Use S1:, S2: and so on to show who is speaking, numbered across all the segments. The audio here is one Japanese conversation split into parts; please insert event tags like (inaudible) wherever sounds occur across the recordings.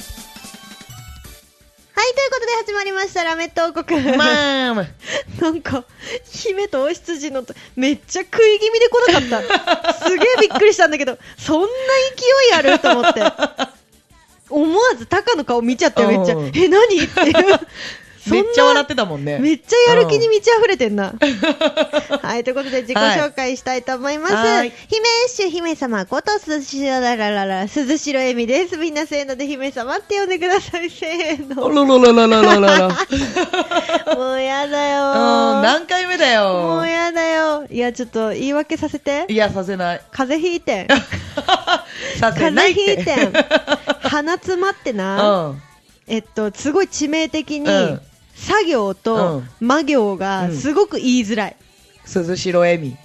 S1: はい、ということで始まりました、ラメット王国。
S2: マーム
S1: なんか、姫とお羊のと、めっちゃ食い気味で来なかった。すげえびっくりしたんだけど、そんな勢いあると思って。思わずタカの顔見ちゃったよ、めっちゃ
S2: うん。
S1: え、何っていう。そん
S2: (laughs) め
S1: な
S2: っちゃ笑ってたもんね。
S1: めっちゃやる気に満ち溢れてんな。はい、ということで自己紹介したいと思います。
S2: はい
S1: 姫主姫様こと鈴代らららら、鈴代恵美です。みんなせーので姫様って呼んでください。せー
S2: あ
S1: の。
S2: らららららららら。うん、
S1: もうやだよー。
S2: 何回目
S1: も
S2: だよ
S1: う。やだよ。いや、ちょっと言い訳させて
S2: い。や、させない。
S1: 風邪ひいてん。
S2: さ
S1: 風
S2: せないっ
S1: 邪
S2: て。
S1: ひいてん。 (laughs) 鼻詰まって
S2: う
S1: な。
S2: ん。
S1: えっと、すごい致命的に
S2: うん、
S1: 作業と魔行がすごく言いづらい。
S2: 鈴代恵美。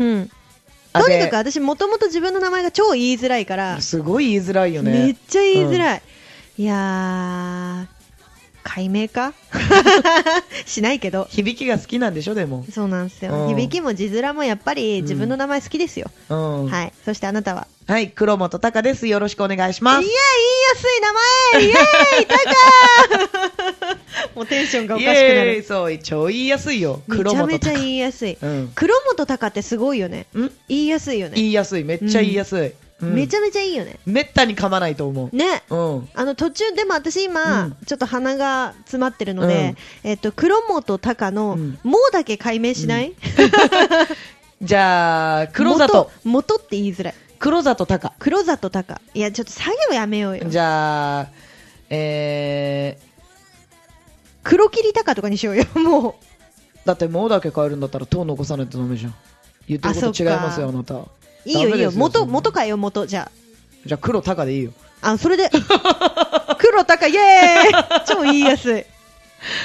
S1: うん。
S2: あ
S1: と
S2: で
S1: にかく私もともと自分の名前が超言いづらいから、
S2: すごい言いづらいよね。
S1: めっちゃ言いづらい。いやー、解明
S2: (laughs)
S1: かしないけど。
S2: 響きが好きなんでしょ、でも。
S1: そうなんです
S2: う
S1: よ。
S2: ん
S1: 響きも字面もやっぱり自分の名前好きですよ。
S2: うん。はい。
S1: はい。そしてあなたは
S2: 黒本隆です。よろしくお願いし
S1: いや、
S2: ま
S1: 言い
S2: す。
S1: やすい名前イエーイタ (laughs) カもうテンションがおかしくな
S2: イエーイ
S1: る。
S2: そう、超言いやすいよ。
S1: め
S2: 黒
S1: ちゃ
S2: 本
S1: めちゃ
S2: 隆。
S1: 言いやすい。
S2: うん。
S1: 黒本タカってすごいよね。
S2: ん
S1: 言いやすいよ
S2: 言
S1: ね。
S2: いやすい。めっちゃ言いやすい。うん
S1: めちゃめちゃいいよね。
S2: めったに噛まないと思う。
S1: ね。
S2: うん。
S1: あの途中でも私
S2: う
S1: 今
S2: ん、
S1: ちょっと鼻が詰まってるので、えっと、黒本タカの、
S2: うん
S1: もうだけ解明し (laughs) ない、
S2: じゃあ、黒
S1: 元
S2: 里。。
S1: 元って言いづらい。
S2: 黒里隆。
S1: 黒里タカ。いや、ちょっと作業やめようよ。
S2: じゃあ、え
S1: 黒霧タカとかにしようよ、もう。
S2: ー、だってもうだけ変えるんだったら糖残さないとダメじゃん。言ってる
S1: あそ
S2: こ
S1: っ
S2: と
S1: か
S2: 違いますよ、あなた。
S1: いいよ、
S2: ダメ
S1: いい
S2: で
S1: よ。
S2: す
S1: 元、
S2: そんな
S1: 元かよ、元。じゃあ。
S2: じゃあ黒
S1: (laughs)
S2: 隆でいいよ。
S1: あ、それ
S2: (laughs)
S1: で、黒高イエーイ超言いやすい。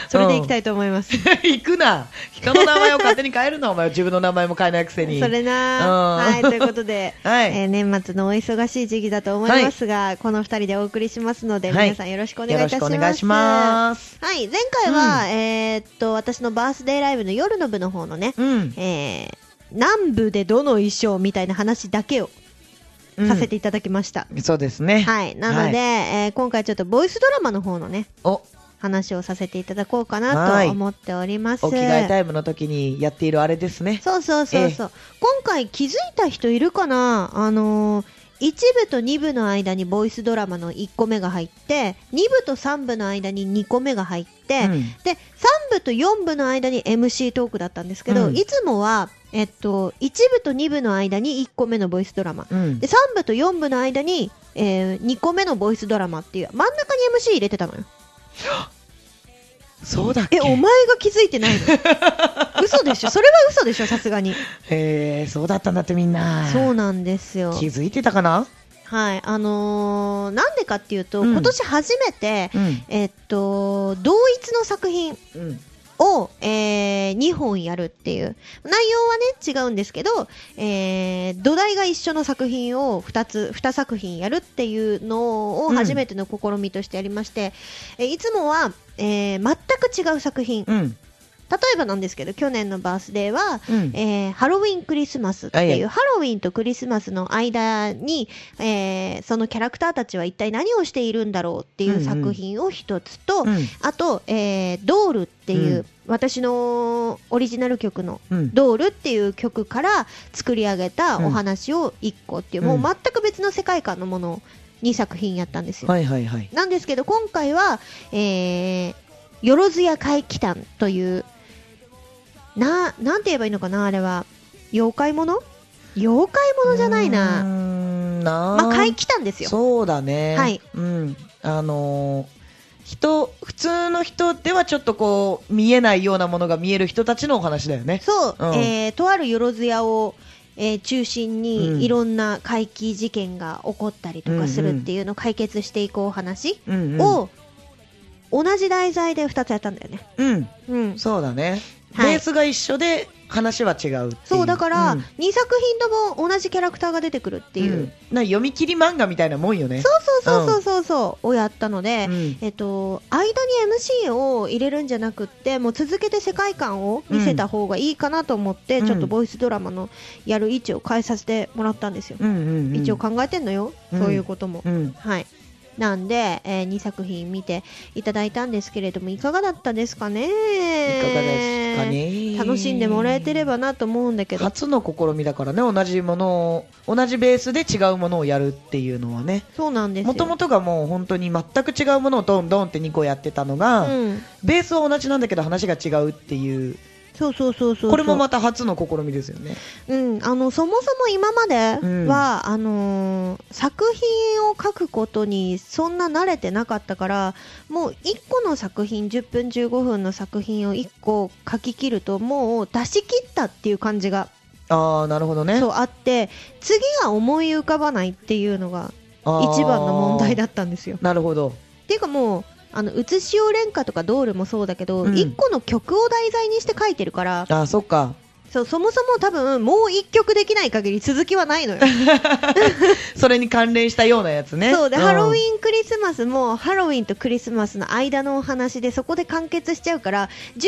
S1: それでいきたいと思います。
S2: 行くな人の名前を勝手に変えるな、お前。自分の名前も変えないくせに。
S1: それな、
S2: うん
S1: はい、ということで、
S2: (laughs) はい
S1: えー年末のお忙しい時期だと思いますが、この二人でお送りしますので、
S2: はい
S1: 皆さんよろしくお願いいたします。
S2: よろしくお願いします
S1: はい、前回は、えーっと、私のバースデーライブの夜の部の方のね、
S2: うん。
S1: えー南部でどの衣装みたいな話だけを
S2: うん
S1: させていただきました。
S2: そうですね。
S1: はい、なので、
S2: はい
S1: えー今回ちょっとボイスドラマの方のね、
S2: お、
S1: 話をさせていただこうか
S2: は
S1: ないと思っております。
S2: お着替えタイムの時にやっているあれですね。
S1: そうそうそうそう。今回気づいた人いるかなあのー、1部と2部の間にボイスドラマの1個目が入って、2部と3部の間に2個目が入って、
S2: うん
S1: で、3部と4部の間に MC トークだったんですけど、
S2: うん
S1: いつもは、えっと、1部と2部の間に1個目のボイスドラマ、
S2: うん
S1: で、。3部と4部の間に、え2個目のボイスドラマっていう、真ん中に MC 入れてたのよ。
S2: そうだっけ
S1: え、お前が気づいてない
S2: (laughs)
S1: の嘘でしょそれは嘘でしょさすがに。
S2: へえー、そうだったんだってみんな。
S1: そうなんですよ。
S2: 気づいてたかな
S1: はい。あのーなんでかっていうと、
S2: うん
S1: 今年初めて、
S2: うん。
S1: えっと、同一の作品
S2: うん。
S1: を、え2本やるっていう。内容はね、違うんですけど、えー土台が一緒の作品を2つ、2作品やるっていうのを
S2: うん
S1: 初めての試みとしてやりまして、えいつもは、えー全く違う作品。
S2: うん。
S1: 例えばなんですけど、去年のバースデーは、
S2: うん。
S1: えーハロウィンクリスマスっていう、
S2: はいはい
S1: ハロウィンとクリスマスの間に、えーそのキャラクターたちは一体何をしているんだろうってい
S2: ん
S1: う
S2: う
S1: うん作品を一つと、
S2: うん
S1: あと、えードールっていう、
S2: うん
S1: 私のオリジナル曲の
S2: うん。
S1: ドールっていう曲から作り上げた
S2: うん
S1: お話を一個っていう、
S2: うん
S1: もう全く別の世界観のものを2作品やったんですよ。
S2: はいはいはい。
S1: なんですけど、今回は、えー、よろずや怪奇譚という、な、なんて言えばいいのかな、あれは。妖怪物妖怪物じゃないう
S2: ー
S1: な。
S2: んな
S1: まあ、怪奇譚ですよ。
S2: そうだね。
S1: はい
S2: うん。あのー人、普通の人ではちょっとこう、見えないようなものが見える人たちのお話だよね。
S1: そう、
S2: うん
S1: えー、とあるよろずやを、えー中心
S2: うん
S1: にいろんな怪奇事件が起こったりとかするっていうのを解決していくお話
S2: うんうん、
S1: を同じ題材で2つやったんだよね。
S2: うん、
S1: うん、
S2: そうだね、
S1: はい
S2: ベースが一緒で話は違うってい
S1: そうだから
S2: ん
S1: 2作品とも同じキャラクターが出てくるっていう、
S2: んな読み切り漫画みたいなもんよね
S1: そうそうそうそうそうをやったので、
S2: うん
S1: えっと、間に MC を入れるんじゃなくってもう続けて世界観を見せた方がいいかなと思って、
S2: うん
S1: ちょっとボイスドラマのやる位置を変えさせてもらったんですよ、
S2: うんうんうん
S1: 一応考えてんのよ、
S2: うん
S1: そういうことも、
S2: うん
S1: はいなんで、え2作品見ていただいたんですけれどもいかがだったですかねいか
S2: いかがですかね
S1: 楽しんでもらえてればなと思うんだけど
S2: 初の試みだからね同じものを同じベースで違うものをやるっていうのはね
S1: そうなんですよ
S2: もともとがもう本当に全く違うものをどんどんって2個やってたのが、
S1: うん、
S2: ベースは同じなんだけど話が違うっていう
S1: そうそうそうそうそう
S2: これもまた初の試みですよね
S1: うん、あのそもそも今までは、あのー作品を書くことにそんな慣れてなかったからもう1個の作品10分15分の作品を1個書き切るともう出し切ったっていう感じが
S2: ああなるほどね
S1: そうあって次が思い浮かばないっていうのが
S2: あー
S1: 一番の問題だったんですよ。
S2: なるほど
S1: っていうかもうあの写しお廉歌とかドールもそうだけど、
S2: うん
S1: 1個の曲を題材にして書いてるから
S2: あーそっか (laughs)
S1: そうそもそも多分もう1曲できない限り続きはないのよ。
S2: それに関連したようなやつね
S1: そうで、ハロウ
S2: ン
S1: ィンクリスマスもハロウィンとクリスマスの間のお話でそこで完結しちゃうから12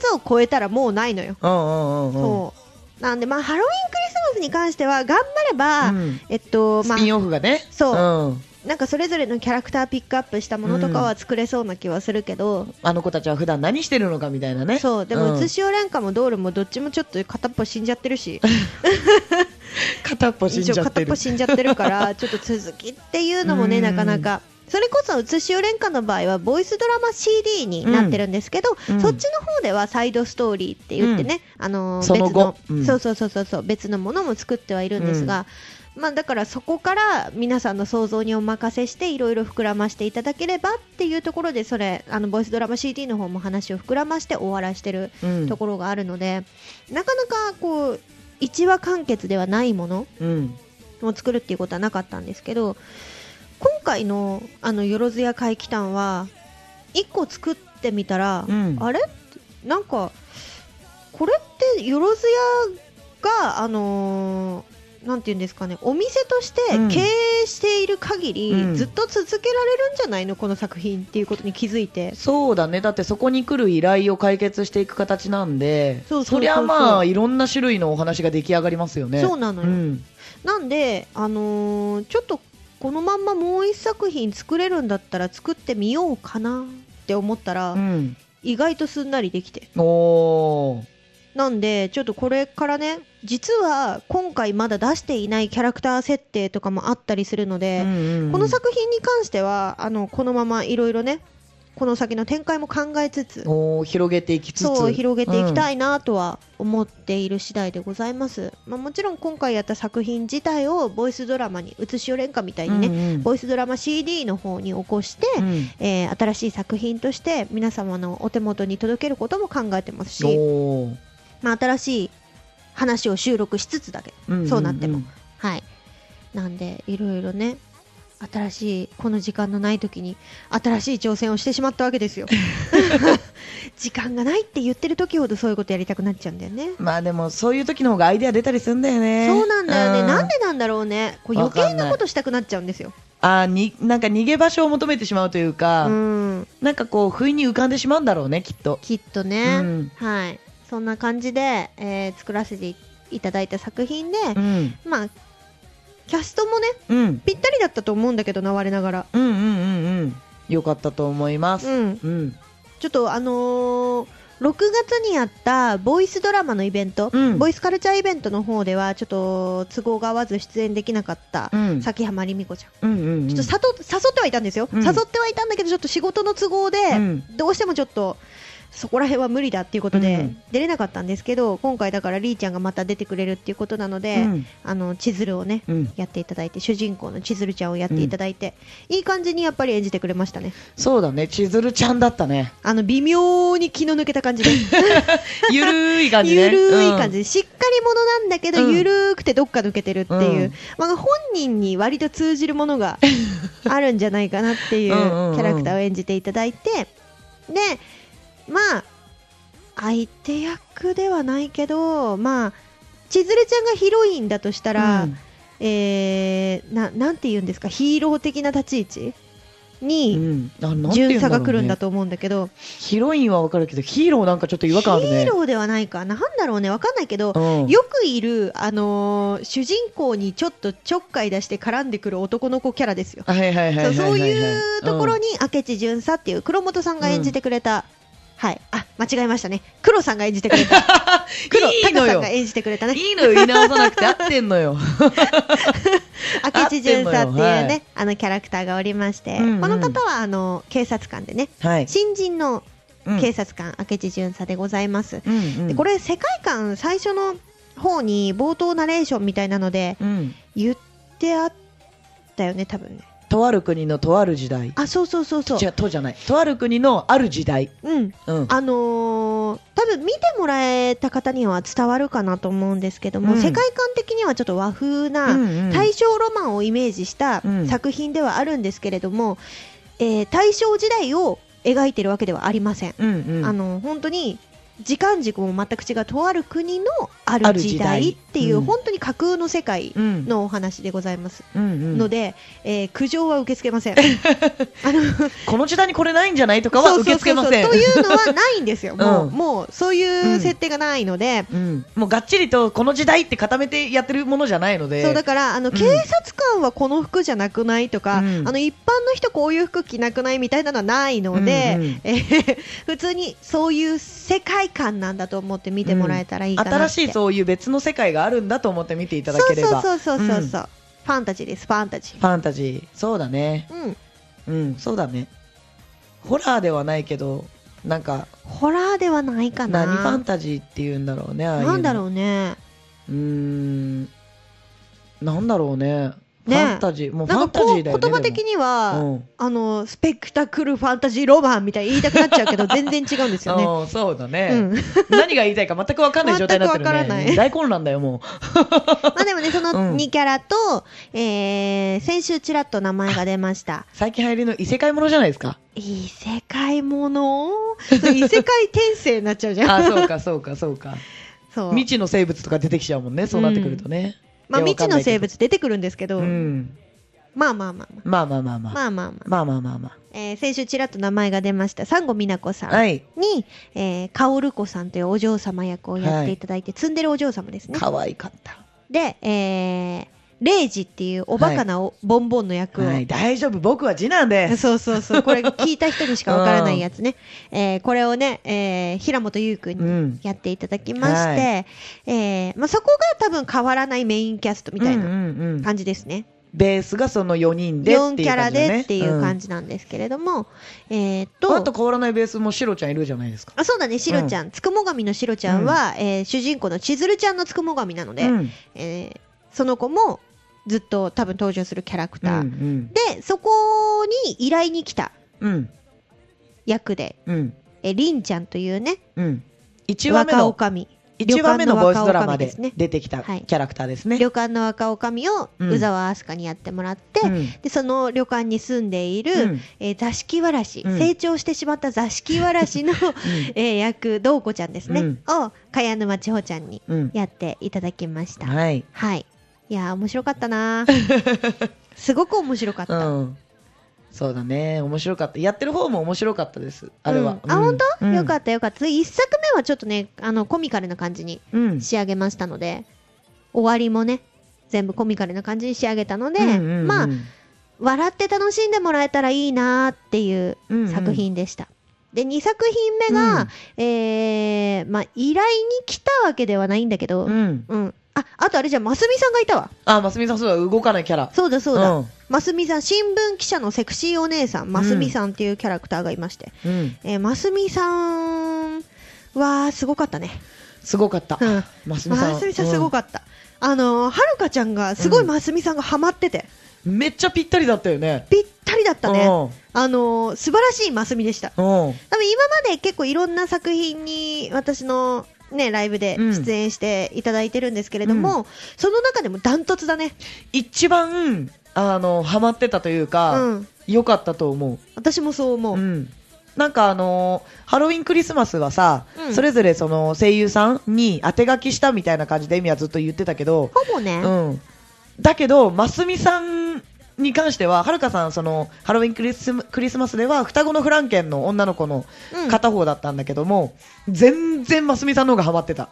S1: 月を超えたらもうないのよ、
S2: うんうんうんうん
S1: そうなんでまあハロウィンクリスマスに関しては頑張れば、
S2: うん
S1: えっとま
S2: スピン
S1: あ
S2: オフがね
S1: そう
S2: うん、
S1: なんかそれぞれのキャラクターピックアップしたものとかは作れそうな気はするけど、
S2: あの子たちは普段何してるのかみたいなね
S1: そうでも
S2: ん
S1: 写しお廉歌もドールもどっちもちょっと片っぽ死んじゃってるし
S2: 片っぽ死ん
S1: 一
S2: じ
S1: 応
S2: ゃっ
S1: 片
S2: て
S1: っ
S2: る
S1: ぽ死んじゃってるから
S2: (laughs)
S1: ちょっと続きっていうのもね
S2: うん
S1: なかなかそれこそ写しお廉歌の場合はボイスドラマ CD になってるんですけど、
S2: うん
S1: そっちの方ではサイドストーリーって言ってね、あのー
S2: その後
S1: 別の、
S2: うん
S1: そうそうそうそうそう別のものも作ってはいるんですが、まあだからそこから皆さんの想像にお任せしていろいろ膨らましていただければっていうところでそれあのボイスドラマ CD の方も話を膨らまして終わらしてる
S2: うん
S1: ところがあるので、なかなかこう一話完結ではないもの
S2: うん
S1: を作るっていうことはなかったんですけど今回のあのよろずや怪奇譚は1個作ってみたら、
S2: うん
S1: あれなんかこれってよろずやがあのーなんて言うんですかねお店として
S2: うん
S1: 経営している限り、
S2: うん
S1: ずっと続けられるんじゃないのこの作品っていうことに気づいて
S2: そうだねだってそこに来る依頼を解決していく形なんで
S1: そうそうそうそう
S2: りゃまあいろんな種類のお話が出来上がりますよね
S1: そうなのよ
S2: ん
S1: なんで、あのーちょっとこのまんまもう一作品作れるんだったら作ってみようかなって思ったら、
S2: うん
S1: 意外とすんなりできて
S2: おー
S1: なんでちょっとこれからね実は今回まだ出していないキャラクター設定とかもあったりするので、
S2: うんうんうん
S1: この作品に関してはあのこのままいろいろねこの先の展開も考えつつ
S2: おー広げていきつつ
S1: そう広げていきた
S2: い、
S1: いなとは思っている次第でございます、まあ、もちろん今回やった作品自体をボイスドラマに写しお廉歌みたいにね、
S2: うんうん
S1: ボイスドラマ CD の方に起こして、
S2: うん
S1: えー新しい作品として皆様のお手元に届けることも考えてますし、
S2: おー
S1: まあ、新しい話を収録しつつだけ
S2: んんん
S1: そうなってもはいなんでいろいろね新しいこの時間のない時に新しい挑戦をしてしまったわけです
S2: (laughs)
S1: よ (laughs) 時間がないって言ってる時ほどそういうことやりたくなっちゃうんだよね
S2: まあでもそういう時の方がアイデア出たりするんだよね
S1: そうなんだよね、
S2: う
S1: なんでなんだろうねこう余
S2: わ
S1: 計
S2: かんな
S1: ないことしたくなっちゃうんですよ
S2: あーになんか逃げ場所を求めてしまうというか、
S1: うん
S2: なんかこう不意に浮かんでしまうんだろうねきっと
S1: きっとね、
S2: うん
S1: はいそんな感じで、えー作らせていただいた作品で、
S2: うん
S1: まあキャストもね
S2: うん
S1: ぴったりだったと思うんだけどな我ながら
S2: うんうんうんうんよかったと思います
S1: うん
S2: うん
S1: ちょっとあのー6月にあったボイスドラマのイベント、
S2: うん
S1: ボイスカルチャーイベントの方ではちょっと都合が合わず出演できなかった、
S2: うん
S1: 崎浜りみ子ちゃん
S2: うんうんうん
S1: ちょっとさと誘ってはいたんですよ、
S2: うん
S1: 誘ってはいたんだけどちょっと仕事の都合で、
S2: うん
S1: どうしてもちょっとそこら辺は無理だっていうことで、
S2: うん
S1: 出れなかったんですけど今回だからりーちゃんがまた出てくれるっていうことなので、
S2: うん
S1: あの千鶴をね、
S2: うん
S1: やっていただいて主人公の千鶴ちゃんをやっていただいて、いい感じにやっぱり演じてくれましたね
S2: そうだね千鶴ちゃんだっ
S1: (laughs)
S2: たね
S1: あの微妙に気の抜けた感じ
S2: (laughs)
S1: で
S2: ゆるい感じね
S1: ゆるい感じ
S2: じ、
S1: で、しっかり者なんだけど、
S2: うん
S1: ゆるーくてどっか抜けてるっていう、
S2: うん
S1: まあ、本人に割と通じるもの
S2: (laughs)
S1: があるんじゃないかなっていうキ
S2: うんうんうん
S1: ャラクターを演じていただいてでまあ相手役ではないけどまあ千鶴ちゃんがヒロインだとした
S2: うん
S1: ら、えーななんて言うんですかヒーロー的な立ち位置
S2: う
S1: に
S2: んあなんて言うん
S1: 巡
S2: だ
S1: 査
S2: ろ
S1: が
S2: うね
S1: 来るんだと思うんだけど、
S2: ヒロインはわかるけどヒーローなんかちょっと違和感あるね
S1: ヒーローではないかななんだろうねわかんないけど、
S2: うん、
S1: よくいる、あのー主人公にちょっとちょっかい出して絡んでくる男の子キャラですよ。
S2: はいはいはいはい
S1: そ
S2: は
S1: う
S2: い
S1: そういうところ
S2: に、
S1: に明智巡査っていう黒本さんが演じてくれた、はいあ間違えましたね黒さんが演じてくれた
S2: (laughs)
S1: 黒
S2: いい
S1: 高
S2: の
S1: さん
S2: よ
S1: が演じてくれたね
S2: いいのよ言い直さなくて合ってん
S1: (laughs)
S2: のよ
S1: 明智巡査っていうね、
S2: 合ってんのよはい
S1: あのキャラクターがおりまして、
S2: うんうん
S1: この方はあの警察官でね
S2: はい、
S1: 新人の
S2: うん
S1: 警察官、明智巡査でございます。
S2: うんうん
S1: でこれ世界観最初の方に冒頭ナレーションみたいなので、
S2: うん、
S1: 言ってあったよね多分ね
S2: とある国のとある時代
S1: あそうそうそうそう
S2: 違うとじゃないとある国のある時代、
S1: うん
S2: うん、
S1: あのー多分見てもらえた方には伝わるかなと思うんですけども、
S2: うん
S1: 世界観的にはちょっと和風な、
S2: うんうん
S1: 大正ロマンをイメージした
S2: うん
S1: 作品ではあるんですけれども、えー大正時代を描いてるわけではありません、
S2: うんうん
S1: あの本当に時間軸も全く違うとある国のある時
S2: ある
S1: 代
S2: 時代
S1: っていう、
S2: うん
S1: 本当に架空の世界
S2: うん
S1: のお話でございます
S2: うんうん
S1: ので、えー苦情は受け付けません。
S2: (laughs)
S1: あの
S2: この時代にこれないんじゃないとかは受け付けません
S1: そうそうそうそうというのはないん
S2: (laughs)
S1: ですよ。もう、
S2: うん
S1: もうそういう設定がないので、
S2: うん、もうがっちりとこの時代って固めてやってるものじゃないので
S1: そうだからあの
S2: うん
S1: 警察官はこの服じゃなくないとか、
S2: うん
S1: あの一般の人こういう服着なくないみたいなのはないので、
S2: うんうん
S1: えー普通にそういう世界観なんだと思って見てもらえたらいいかなって。
S2: 新しいそういう別の世界があるんだと思って見ていただければ
S1: そうそうそうそうそうう、ファンタジーですファンタジ
S2: ファンタジーそうだね
S1: ー。うん。
S2: うんそうだねホラーではないけどなんか
S1: ホラーではないかな。
S2: 何ファンタジーっていうんだろうねああいうの
S1: なんだろうね。
S2: うーんなんだろうねフ
S1: ね
S2: ァンタジーもうフ
S1: な
S2: ァ
S1: ん
S2: ンタ
S1: かこ
S2: ジ
S1: う
S2: ーだよね
S1: 言葉的
S2: で
S1: には、
S2: もうん
S1: あのスペクタクルファンタジーロマンみたいに言いたくなっちゃう
S2: (laughs)
S1: けど全然違うんですよね。
S2: うんそうだ
S1: う
S2: ね、
S1: ん、
S2: (laughs) 何が言いたいか全く分かんない状態になってる
S1: 全くわからな
S2: ね
S1: い
S2: 大混乱だよも
S1: まあでもねその
S2: うん
S1: 2キャラと、えー先週ちらっと名前が出ました
S2: う最近流行りの異世界ものじゃないで
S1: (laughs)
S2: すか
S1: 異世界ものそう異世界転生になっちゃうじゃん。
S2: あそうかそうかそうか
S1: そう
S2: 未知の生物とか出てきちゃうもんねそうなってくるとね、
S1: まあ、
S2: いや
S1: 未知の生
S2: わ
S1: 物出てくるんですけど、
S2: かんないけどうん
S1: まあまあまあま
S2: まあまあまあま
S1: あまあまあ
S2: あ、
S1: まあ、
S2: まあまあまあま
S1: えー先週ちらっと名前が出ましたサンゴ美奈子さん
S2: あ
S1: に、
S2: はい
S1: えー、カオル子さんというお嬢様役をやっていただいて、ツンデレお嬢様ですね。
S2: 可愛かった
S1: で、えー、レイジっていうおバカなお、ボンボンの役を、
S2: はい、大丈夫僕は次男です
S1: そうそうそう
S2: (laughs)
S1: これ聞いた人にしかわからないやつね、えーこれをね、えー平本優君に
S2: うん
S1: やっていただきまして、えーまあ、そこが多分変わらないメインキャストみたい
S2: うん
S1: な
S2: うんうん
S1: 感じですね、
S2: ベースがその4人で
S1: 四
S2: っ
S1: 4
S2: てい
S1: キ
S2: う
S1: ャラ
S2: 感じだね
S1: でっていう感
S2: じ、
S1: じなんですけれども、えーっ
S2: うんあ
S1: と
S2: と変わらないベースもシロちゃんいるじゃないですか
S1: あそうだね、シロちゃん、つくも神のシロちゃんは、えー主人公の千鶴ちゃんのつくも神なので、
S2: うん
S1: えーその子もずっと多分登場するキャラク
S2: う
S1: ター、
S2: ん
S1: でそこに依頼に来た
S2: うんうん
S1: 役で
S2: うん
S1: えりんちゃんというね
S2: うん1話目
S1: 若お
S2: の
S1: かみ
S2: 一話目のボイスドラマ
S1: 旅館の若女将で
S2: で
S1: すね
S2: 出てきたキ
S1: はい
S2: ャラクターですね。
S1: 旅館の若おかみを
S2: うん
S1: 宇沢明日香にやってもらって、
S2: うん
S1: でその旅館に住んでいる、
S2: うん
S1: えー座敷わらし、
S2: うん
S1: 成長してしまった座敷わらしの、 (laughs) えー役どうこちゃんですね、
S2: うん
S1: を茅沼千穂ちゃんに
S2: うん
S1: やっていただきました、
S2: はい、
S1: はいいやー面白かったな
S2: (laughs)
S1: すごく面白かっ
S2: う
S1: た、
S2: ん、そうだね面白かったやってる方も面白かったですあれは、
S1: うんあ本当、よか
S2: っ
S1: ったよかった1作目はちょっとねあのコミカルな感じに
S2: た、うん
S1: 仕上げましたので終わりもね全部コミカルな感じに仕上げたので、
S2: うんうんうん
S1: まあ笑って楽しんでもらえたらいいなーっていう
S2: うんうん
S1: 作品でした。で2作品目が、えーまあ、依頼に来たわけではないんだけど、
S2: う
S1: うん
S2: ん、
S1: ああとあれじゃんますみさんがいたわ
S2: あますみさんそうだ動かないキャラ
S1: そうだそうだ、
S2: ん
S1: ますみさん新聞記者のセクシーお姉さんますみさんっていうキャラクターがいまして、
S2: うん
S1: えー、ますみさんわあ、すごかったね。
S2: すごかった
S1: う。ん。
S2: ますみさん。
S1: ますみさんすご
S2: っ
S1: かった。あのー、はるかちゃんが、すごい
S2: うん
S1: ますみさんがハマってて、
S2: た。めっちゃぴったりだったよね。
S1: ぴったりだったね。
S2: うん
S1: あのー、素晴らしいますみでした。
S2: うん。
S1: 多分今まで結構いろんな作品に私のね、ライブで出演していただいてるんですけれども、その中でもダントツだね。
S2: 一番、あの、ハマってたという
S1: う
S2: か、
S1: ん。
S2: 良かったと思う。
S1: 私もそう思う。
S2: うん、なんかあのーハロウィンクリスマスはさ、
S1: うん
S2: それぞれその声優さんに当て書きしたみたいな感じでエミはずっと言ってたけど、
S1: ほぼね、
S2: うん、だけど、ますみさんに関しては、はるかさん、そのハロウィンクリスマクリスマスでは双子のフランケンの女の子の
S1: うん
S2: 片方だったんだけども、全然ますみさんの方がハマってた。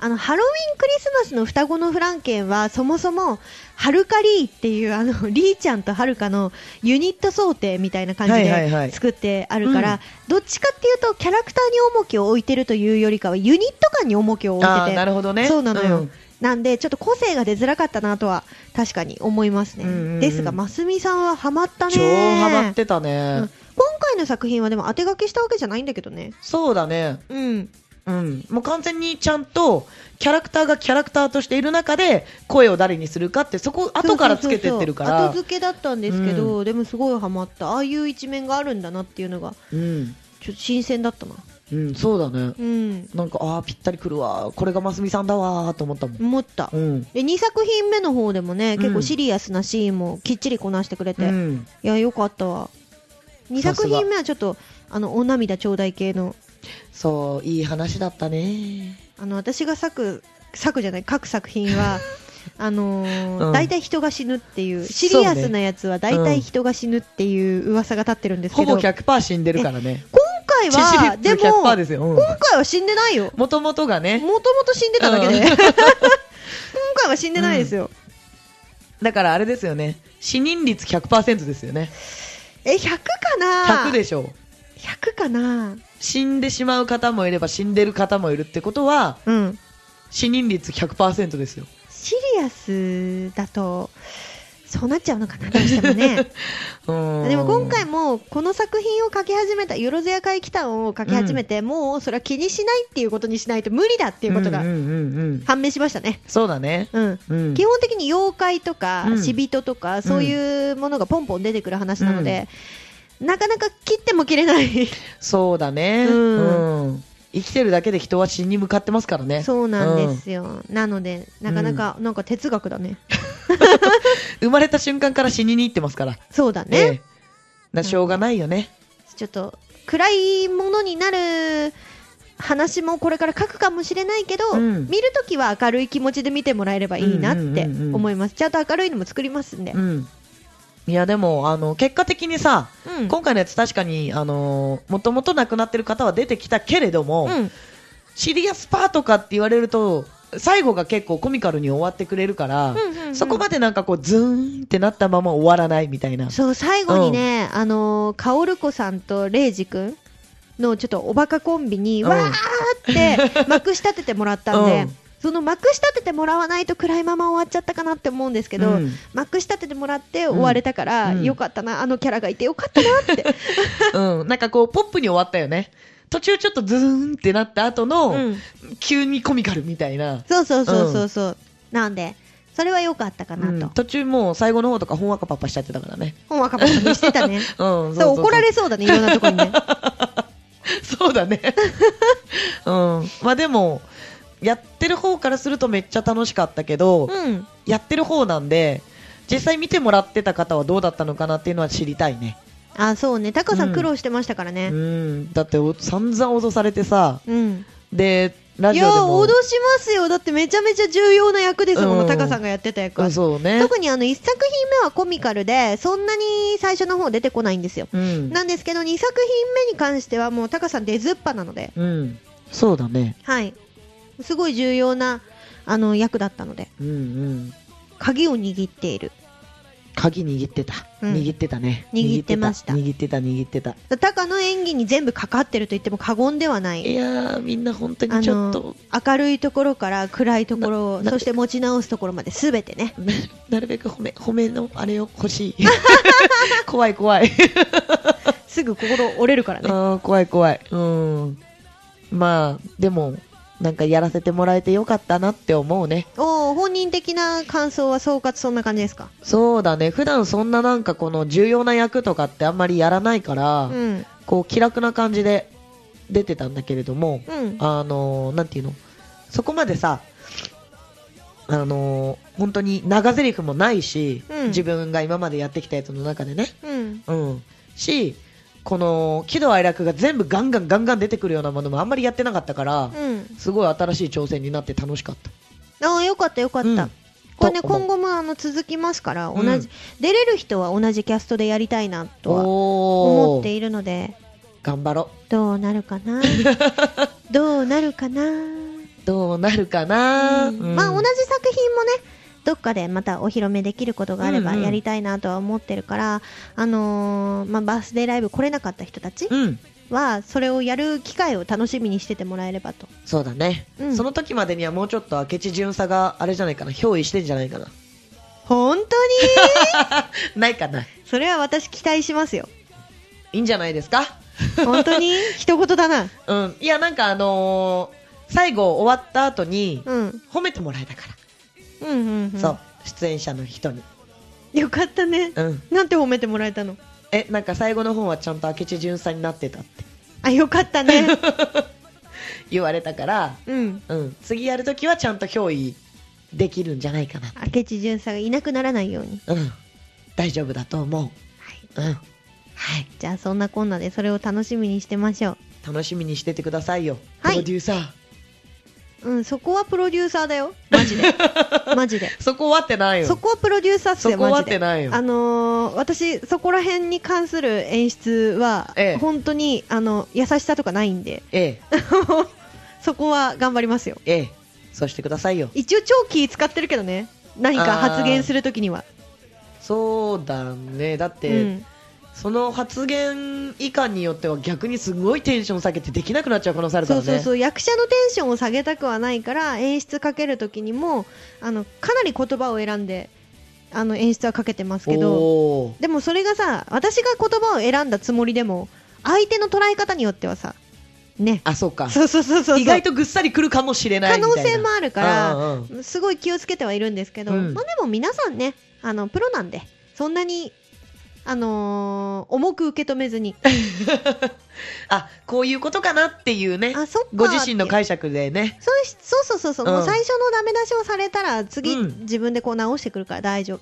S1: あの、ハロウィンクリスマスの双子のフランケンは、そもそも、ハルカリーっていう、あの、 (laughs) リーちゃんとハルカのユニット想定みたいな感じ
S2: はいはいは
S1: で
S2: い
S1: 作ってあるから、
S2: うん
S1: どっちかっていうと、キャラクターに重きを置いてるというよりかは、ユニット感に重きを置い
S2: あ
S1: て
S2: ー
S1: て。
S2: なるほどね。
S1: そうなのよ。
S2: ん
S1: なんで、ちょっと個性が出づらかったなとは、確かに思いますね。
S2: うんうんうん
S1: ですが、ますみさんはハマったね。
S2: 超ハマってた
S1: う
S2: ね。
S1: ん今回の作品はでも当て書きしたわけじゃないんだけどね。
S2: そうだね。
S1: うん。
S2: うん、もう完全にちゃんとキャラクターがキャラクターとしている中で声を誰にするかってそこ後からつけてってるか
S1: そうそうそう
S2: ら
S1: 後付けだったんですけど、でもすごいハマったああいう一面があるんだなっていうのが
S2: うん、
S1: ちょっと新鮮だったな
S2: うん、そうだね
S1: うん
S2: なんかああぴったりくるわこれがますみさんだわーと思ったもん、
S1: 思った、
S2: うん
S1: で2作品目の方でもね
S2: ん
S1: 結構シリアスなシーンもきっちりこなしてくれて、
S2: う
S1: い
S2: ん、
S1: やよかったわ2
S2: さす
S1: 作
S2: が
S1: 品目はちょっとあのお涙頂戴系の
S2: そういい話だったね
S1: あの私が作作じゃない書く作品
S2: (laughs)
S1: はあのー
S2: うん
S1: 大体人が死ぬっていうシリアスなやつは大体人が死ぬっていう噂が立ってるんです
S2: ほ
S1: けど、
S2: ぼ
S1: 今
S2: 100%死んでるからね
S1: 回
S2: 致死 (laughs)
S1: は
S2: 率
S1: でも
S2: 100%ですよ
S1: 今回は死んでないよ
S2: もともとがね
S1: もともと死んでただけで、
S2: うん
S1: (laughs) 今回は死んでないですよ、
S2: だからあれですよね死人率100%ですよね
S1: え100かな
S2: 100でしょう
S1: 100かな
S2: 死んでしまう方もいれば死んでる方もいるってことは
S1: うん
S2: 死人率100%ですよ
S1: シリアスだとそうなっちゃうのかなどうしても
S2: (laughs)
S1: ねで
S2: で
S1: も今回もこの作品を書き始めた「よろずや会期間」を書き始めて、もうそれは気にしないっていうことにしないと無理だっていうこと
S2: うん
S1: が
S2: うんうんうん
S1: 判明しましたね、
S2: そうだね、
S1: うん、
S2: うん、
S1: 基本的に妖怪とか、
S2: うん
S1: 死人とかそういうものがポンポン出てくる話なので、なかなか切っても切れない
S2: そうだね、
S1: うん
S2: うん生きてるだけで人は死に向かってますから
S1: (laughs)
S2: ね
S1: そうなんですよ。なので、なかなか、なんか哲学だね。
S2: 生まれた瞬間から死にに行ってますから
S1: そうだ
S2: え
S1: ね。
S2: えなしょうがないよね、
S1: ちょっと、暗いものになる話もこれから書くかもしれないけど、
S2: うん
S1: 見るときは明るい気持ちで見てもらえればいいなって
S2: うんうんうんうん
S1: 思います。ちゃんと明るいのも作りますんで。
S2: うんいやでもあの結果的にさ、
S1: うん。
S2: 今回のやつ確かにあのもともと亡くなってる方は出てきたけれども、
S1: うん
S2: シリアスパートかって言われると最後が結構コミカルに終わってくれるから、
S1: うんうんうん
S2: そこまでなんかこうズーンってなったまま終わらないみたい
S1: (laughs)
S2: な
S1: そう、最後にね、あのー、かおるこさんとれいじくんのちょっとおバカコンビに、
S2: うん
S1: わー
S2: (laughs)
S1: ってまくし立ててもらったんで、
S2: うん
S1: そのまくし立ててもらわないと暗いまま終わっちゃったかなって思うんですけど、
S2: うん
S1: まくし立ててもらって終われたから、
S2: うん
S1: よかったな、あのキャラがいてよかったなって。
S2: うん、なんかこう、ポップに終わったよね。途中ちょっとズーンってなった後の、
S1: うん
S2: 急にコミカルみたいな。
S1: そうそうそうそうそう。なんで、それはよかったか
S2: うん
S1: なと。
S2: 途中もう最後の方とかほんわかパパしちゃってたからね。
S1: 本若葉にしてたね。
S2: (laughs) うん、
S1: そう、怒られそうだね、いろんなとこにね。
S2: (laughs) そう
S1: (laughs)
S2: だね。うん。まあでも、やってる方からするとめっちゃ楽しかったけど、
S1: うん。
S2: やってる方なんで、実際見てもらってた方はどうだったのかなっていうのは知りたいね。
S1: あ、そうね。タカさ
S2: うんん
S1: 苦労してましたから
S2: う
S1: ね。
S2: ん。だってお散々脅されてさ、
S1: うん。
S2: で、ラ
S1: い
S2: ジオで
S1: や、
S2: も。
S1: 脅しますよ。だってめちゃめちゃ重要な役ですも、
S2: うんん
S1: タカさんがやってた役
S2: う
S1: は
S2: ん。そうね。
S1: 特にあの、一作品目はコミカルで、そんなに最初の方出てこないんですよ。
S2: うん。
S1: なんですけど、二作品目に関してはもうタカさん出ずっぱなので。
S2: うん。そうだね。
S1: はい。すごい重要な、あの、役だったので、
S2: うんうん。
S1: 鍵を握っている。
S2: 鍵握ってた。
S1: うん
S2: 握ってたね。
S1: 握ってました
S2: 握ってた、握ってた。握って
S1: タカの演技に全部かかってると言っても過言ではな
S2: た
S1: い。
S2: いやー、みんな本当
S1: あ
S2: にちょっと
S1: の、、明るいところから暗いところ、
S2: な
S1: そして持ち直すところまで全てね。
S2: (laughs) ななるべく褒め、褒めのあれを
S1: (laughs)
S2: 欲しい。怖い怖い。
S1: すぐ心折れるからね。
S2: あー怖い怖い。うん。まあ、でも、なんかやらせてもらえてよかったなって思うね。
S1: おお本人的な感想は総括そんな感じですか
S2: そうだね。普段そんななんかこの重要な役とかってあんまりやらないから、
S1: うん
S2: こう気楽な感じで出てたんだけれども、
S1: うん
S2: あのーなんていうのそこまでさ、あのー本当に長台詞もないし、
S1: うん
S2: 自分が今までやってきたやつの中でね、
S1: うん
S2: うん、しこの喜怒哀楽が全部ガンガンガンガン出てくるようなものもあんまりやってなかったから、
S1: うん
S2: すごい新しい挑戦になって楽しかった。
S1: ああよかったよかった、
S2: うん
S1: これね
S2: と思う
S1: 今後もあの続きますから同じ、
S2: うん
S1: 出れる人は同じキャストでやりたいなとは
S2: お
S1: 思っ
S2: ー
S1: ているので
S2: 頑張ろ
S1: どうなるか
S2: (laughs)
S1: などうなるかな、
S2: うどうなるかな、うん
S1: まあ同じ作品もねどっかでまたお披露目できることがあれば
S2: うんうん
S1: やりたいなとは思ってるから、あのーまあ、バースデーライブ来れなかった人たち
S2: うん
S1: はそれをやる機会を楽しみにしててもらえればと
S2: そうだね、
S1: うん
S2: その時までにはもうちょっと明智巡査があれじゃないかな憑依してんじゃないか (laughs) な
S1: 本当に
S2: ないかない
S1: (laughs) それは私期待しますよ
S2: いんじゃないですか
S1: 本当 (laughs) に一言だな
S2: うんいやなんかあのー最後終わった後に
S1: うんうん
S2: 褒めてもらえたか
S1: うん、う
S2: ら、
S1: ん、
S2: そう出演者の人に
S1: よかったね、
S2: うん
S1: なんて褒めてもらえたの
S2: えなんか最後の方はちゃんと明智巡査になってたって
S1: あよかった (laughs) ね
S2: 言われたから
S1: うん
S2: うん次やる時はちゃんと憑依できるんじゃないかな
S1: 明智巡査がいなくならないように
S2: うん大丈夫だと思
S1: いう
S2: うんはい
S1: じゃあそんなこんなでそれを楽しみにしてましょ
S2: 楽しみにしててくださいよ、
S1: はい
S2: プロデューサー
S1: ううんそこはプロデューサーだよマジで (laughs) マジで
S2: そこ終わってないよ
S1: そこはプロデューサーっすよ
S2: そこは
S1: マジで
S2: 合ってないよ
S1: あのー私そこら辺に関する演出は、
S2: ええ
S1: 本当にあの優しさとかないんで (laughs)
S2: ええ
S1: そこは頑張りますよ
S2: ええそうしてくださいよ
S1: 一応長期使ってるけどね何か発言するときには
S2: そうだねだっ
S1: う
S2: て、
S1: ん
S2: その発言以下によっては逆にすごいテンション下げてできなくなっちゃう可能性あるか
S1: そ
S2: ら
S1: う
S2: ね
S1: そうそう役者のテンションを下げたくはないから演出かけるときにもあのかなり言葉を選んであの演出はかけてますけど
S2: おー
S1: でもそれがさ私が言葉を選んだつもりでも相手の捉え方によってはさね
S2: あそうか
S1: そうそうそうそう
S2: 意外とぐっさり来るかもしれな
S1: 可
S2: いみた
S1: 能
S2: いな
S1: 性もあるから、
S2: うんうん
S1: すごい気をつけてはいるんですけど、
S2: うん
S1: まあでも皆さんねあのプロなんでそんなにあのー重く受け止めずに
S2: あこういうことかなっていうね
S1: あそっか
S2: ご自身の解釈でね
S1: そうしそうそうそうそう、
S2: うん
S1: もう最初のダメ出しをされたら次、
S2: うん
S1: 自分でこう直してくるから大丈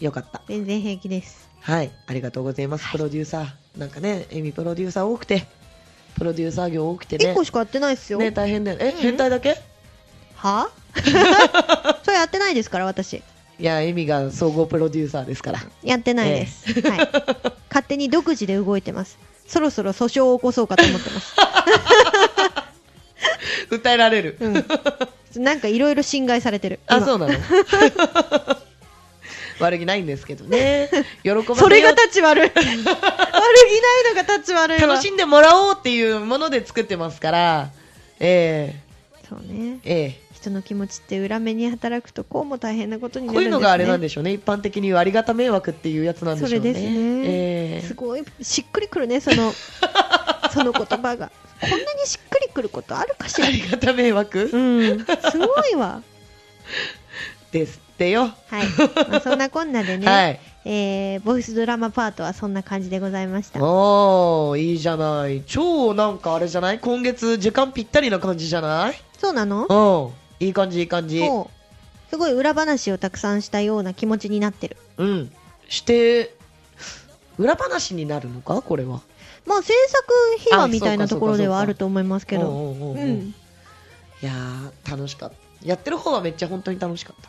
S1: 夫
S2: よかった
S1: 全然平気です
S2: はいありがとうございますプロデューサーなんかねエミプロデューサー多くてプロデューサー業多くて
S1: 一
S2: ね
S1: 個しかやってないですよ、
S2: ね大変だよえ、
S1: うん
S2: 変態だけ (laughs)
S1: はそれやってないですから私
S2: いやエミが総合プロデューサーですから
S1: やってないです、はい、勝手に独自で動いてますそろそろ訴訟を起こそうかと思って
S2: (laughs)
S1: ます、
S2: 訴えられる
S1: うん、なんかいろいろ侵害されてる
S2: (laughs) あそううな
S1: (laughs)
S2: の悪気ないんですけどね喜ばせよう
S1: それが立ち
S2: (laughs)
S1: 悪い悪気ないのが立ち悪いわ
S2: 楽しんでもらおうっていうもので作ってますからえ
S1: そうね
S2: ええ
S1: 人の気持ちって裏目に働くとこうも大変なことに
S2: え
S1: な
S2: こ
S1: る
S2: うんい
S1: ですね
S2: うのがあれなんでしょうね一般的に言うありがた迷惑っていうやつなんで
S1: そ
S2: し
S1: れ
S2: ょうね
S1: ですね、
S2: え
S1: す
S2: え
S1: ごいしっくりくるねそ
S2: (laughs)
S1: のその言葉がこんなにしっくりくることあるかしら
S2: ありがた迷惑
S1: うんすごいわ
S2: ですってよ、
S1: はい、まあ、そんなこんなでね、
S2: はい
S1: えーボイスドラマパートはそんな感じでございました
S2: おーいいじゃない超なんかあれじゃない今月時間ぴったりな感じじゃない
S1: そうなの
S2: うんいい感じいい感じ
S1: そうすごい裏話をたくさんしたような気持ちになってる
S2: うんして裏話になるのかこれは
S1: まあ制作秘話みたいな
S2: あ
S1: と
S2: そうかそう
S1: こ
S2: か
S1: ろでは
S2: そうか
S1: あると思いますけど
S2: おうおうおうおう
S1: うん
S2: いやー楽しかったやってる方はめっちゃ本当に楽しかっ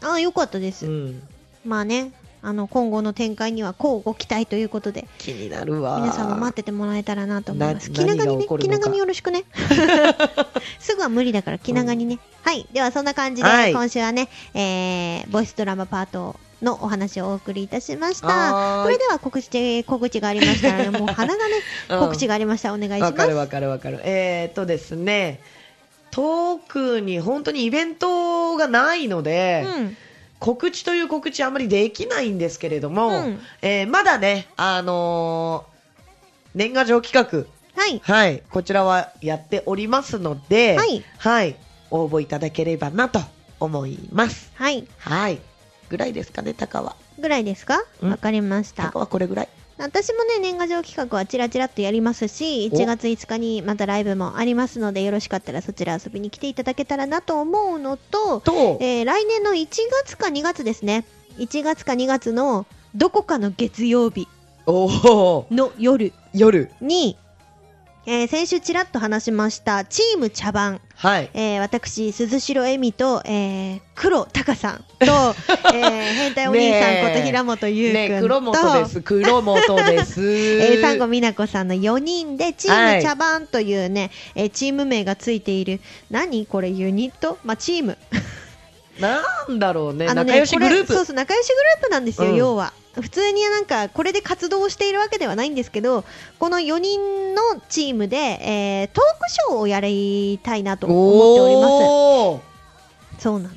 S2: た
S1: ああよかったです、
S2: うん
S1: まあねあの今後の展開にはこうご期待ということで
S2: 気になるわ
S1: 皆さんも待っててもらえたらなと思います。
S2: な
S1: 気長に
S2: 何が
S1: ね
S2: 起こ、る
S1: 気
S2: のか
S1: 長によろしく
S2: (laughs)
S1: ね。すぐは無理だから気長にね。はい。ではそんな感じで、
S2: はい
S1: 今週はね、えー、ボイスドラマパートのお話をお送りいたしました。
S2: はーい
S1: これでは告知、告知がありました
S2: (laughs)
S1: らね、もう鼻がね、
S2: うん
S1: 告知がありましたらお願いしま
S2: わかる
S1: す。
S2: わかるわかるえー、っとですね特に本当にイベントがないので、
S1: うん。
S2: 告知という告知あんまりできないんですけれども、
S1: うん
S2: えーまだね、あのー年賀状企画、
S1: はい。
S2: はい、こちらはやっておりますので、
S1: はい、
S2: はい、応募いただければなと思います。
S1: はい。
S2: はい、ぐらいですかね、タカは。
S1: ぐらいですか
S2: うん
S1: わかりまし
S2: タ
S1: た
S2: カ。はこれぐらい。
S1: 私もね、年賀状企画はチラチラっとやりますし、
S2: お
S1: 1月5日にまたライブもありますので、よろしかったらそちら遊びに来ていただけたらなと思うのと、
S2: と、
S1: えー来年の1月か2月ですね。1月か2月のどこかの月曜日
S2: おお、
S1: の夜
S2: 夜。
S1: に、えー先週ちらっと話しました、チーム茶番。
S2: はい。
S1: えー私、鈴代恵美と、えー、黒鷹さんと、え
S2: (laughs)
S1: ー変態お兄さん
S2: ねえ
S1: こと平本優
S2: ね、
S1: 君
S2: 黒
S1: と、
S2: 本です。黒本です。
S1: (laughs) えー、サンゴ
S2: は
S1: 美奈子さんの4人で、チーム茶番というね、えーチーム名がついている、何これユニットまあ、チーム。
S2: なんだろうね、
S1: あのね
S2: 仲良しグルー
S1: これそう
S2: プ。
S1: そう、仲良しグループなんですよ、
S2: うん
S1: 要は。普通になんか、これで活動をしているわけではないんですけど、この4人のチームで、えートークショーをやりたいなと思っておりま
S2: おお、
S1: す。そうなの。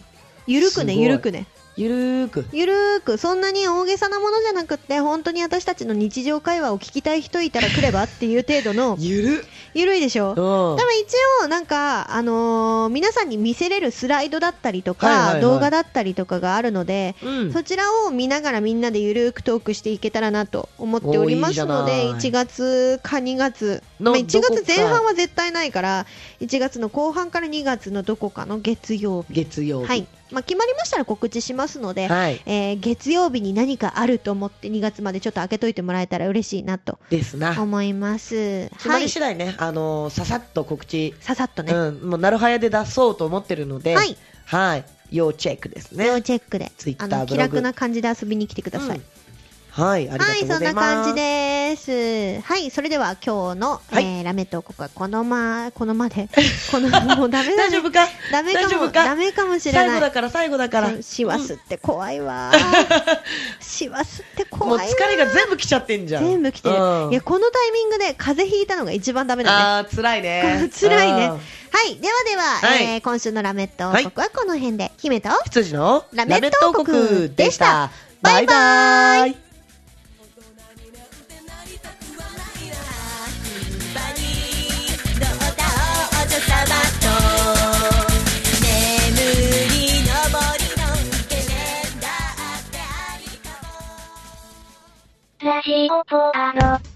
S1: ゆるくね、
S2: すごい
S1: ゆるくね。
S2: ゆるーく。
S1: ゆるーくそんなに大げさなものじゃなくって本当に私たちの日常会話を聞きたい人いたら来ればっていう程度
S2: (laughs)
S1: の
S2: ゆる。
S1: ゆるいでしょ
S2: う
S1: 多
S2: ん。
S1: 分一応なんか、あのー皆さんに見せれるスライドだったりとか、
S2: はいはいはい
S1: 動画だったりとかがあるので、
S2: うん
S1: そちらを見ながらみんなでゆるーくトークしていけたらなと思っておりますの
S2: おーいい
S1: で
S2: じゃな
S1: 1
S2: い
S1: 月か2月、ま
S2: の
S1: あ、1
S2: どこか
S1: 月前半は絶対ないから1月の後半から2月のどこかの月曜日、
S2: 月曜日。
S1: はい。まあ、決まりましたら告知しますので、
S2: はい。
S1: えー月曜日に何かあると思って2月までちょっと開けといてもらえたら嬉しいなと
S2: ですな。
S1: 思います。
S2: 決ま
S1: はい。
S2: り
S1: さ
S2: 次第ね、あのーささっと告知、
S1: さっとね。
S2: うん、もうなるはやで出そうと思ってるので、
S1: はい。
S2: はい、要チェックですね。
S1: 要チェックで。あ
S2: Twitter
S1: の、気
S2: ブログ
S1: 楽な感じで遊びに来てください。
S2: うんはい、ありが
S1: は
S2: と
S1: い、
S2: うご
S1: そん
S2: ざい
S1: な
S2: ます。
S1: 感じです。はい、それでは今日の、
S2: はい
S1: えーラメットここはこのま、このまで、 (laughs) この、もうダメだね
S2: 大丈夫か
S1: ダメか
S2: 大丈
S1: も、
S2: 夫か
S1: ダメかもしれ
S2: 最後
S1: な
S2: だ
S1: い。
S2: から、最後だから。
S1: しわすって怖い
S2: (laughs)
S1: わ。しわすって怖い
S2: もう
S1: わ。
S2: 疲れが全部来ちゃってんじゃん。
S1: 全部来てる、
S2: うん
S1: いやこのタイミングで風邪ひいたのが一番ダメだね
S2: ああ、辛いね。
S1: (laughs) 辛いね
S2: う
S1: は
S2: ん。
S1: いではでは、
S2: はい
S1: えー今週のラメット王国はこの辺で、姫と
S2: 羊の
S1: ラメット王国でした
S2: ラメット王国でしたバイバイ
S3: ラジオポアロ。